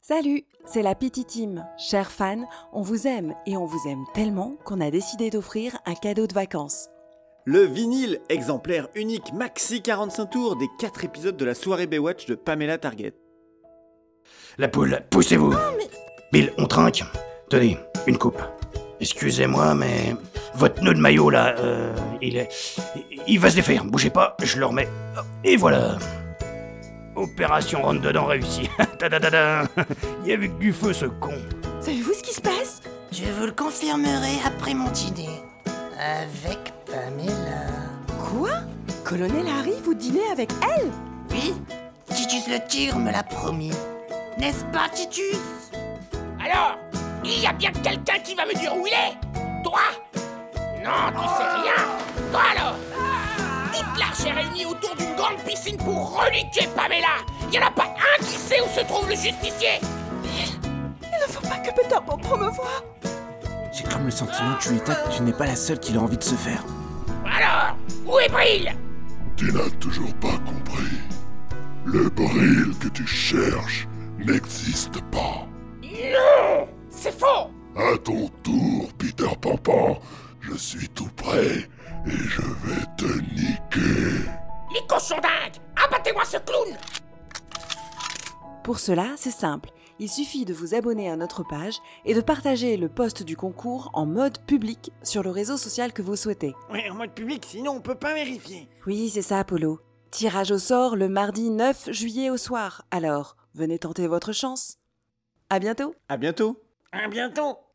Salut, c'est la Petite Team. Chers fans, on vous aime et on vous aime tellement qu'on a décidé d'offrir un cadeau de vacances. Le vinyle, exemplaire unique maxi 45 tours des 4 épisodes de la soirée Baywatch de Pamela Target. La poule, poussez-vous Bill, on trinque Tenez, une coupe. Excusez-moi, mais votre nœud de maillot là, euh, il est. Il va se défaire, bougez pas, je le remets. Et voilà Opération rentre dedans réussie. Tadadada Il y avait que du feu ce con. Savez-vous ce qui se passe Je vous le confirmerai après mon dîner. Avec Pamela. Quoi Colonel Harry, vous dînez avec elle Oui Titus le tir me l'a promis. N'est-ce pas, Titus Alors Il y a bien quelqu'un qui va me dire où il est Toi Non, tu sais rien Toi alors Toute l'arche est réunie autour d'une grande piscine pour reliquer Pamela Il n'y en a pas un qui sait où se trouve le justicier Il ne faut pas que Peter Pan promouvoir J'ai comme le sentiment que tu que tu n'es pas la seule qui a envie de se faire. Alors Où est Brille Tu n'as toujours pas compris. Le bril que tu cherches n'existe pas. Non C'est faux À ton tour, Peter Pampan, je suis tout prêt et je vais te niquer. Les cochons dingues Abattez-moi ce clown Pour cela, c'est simple. Il suffit de vous abonner à notre page et de partager le post du concours en mode public sur le réseau social que vous souhaitez. Ouais, en mode public, sinon on peut pas vérifier. Oui, c'est ça, Apollo. Tirage au sort le mardi 9 juillet au soir. Alors, venez tenter votre chance. À bientôt. À bientôt À bientôt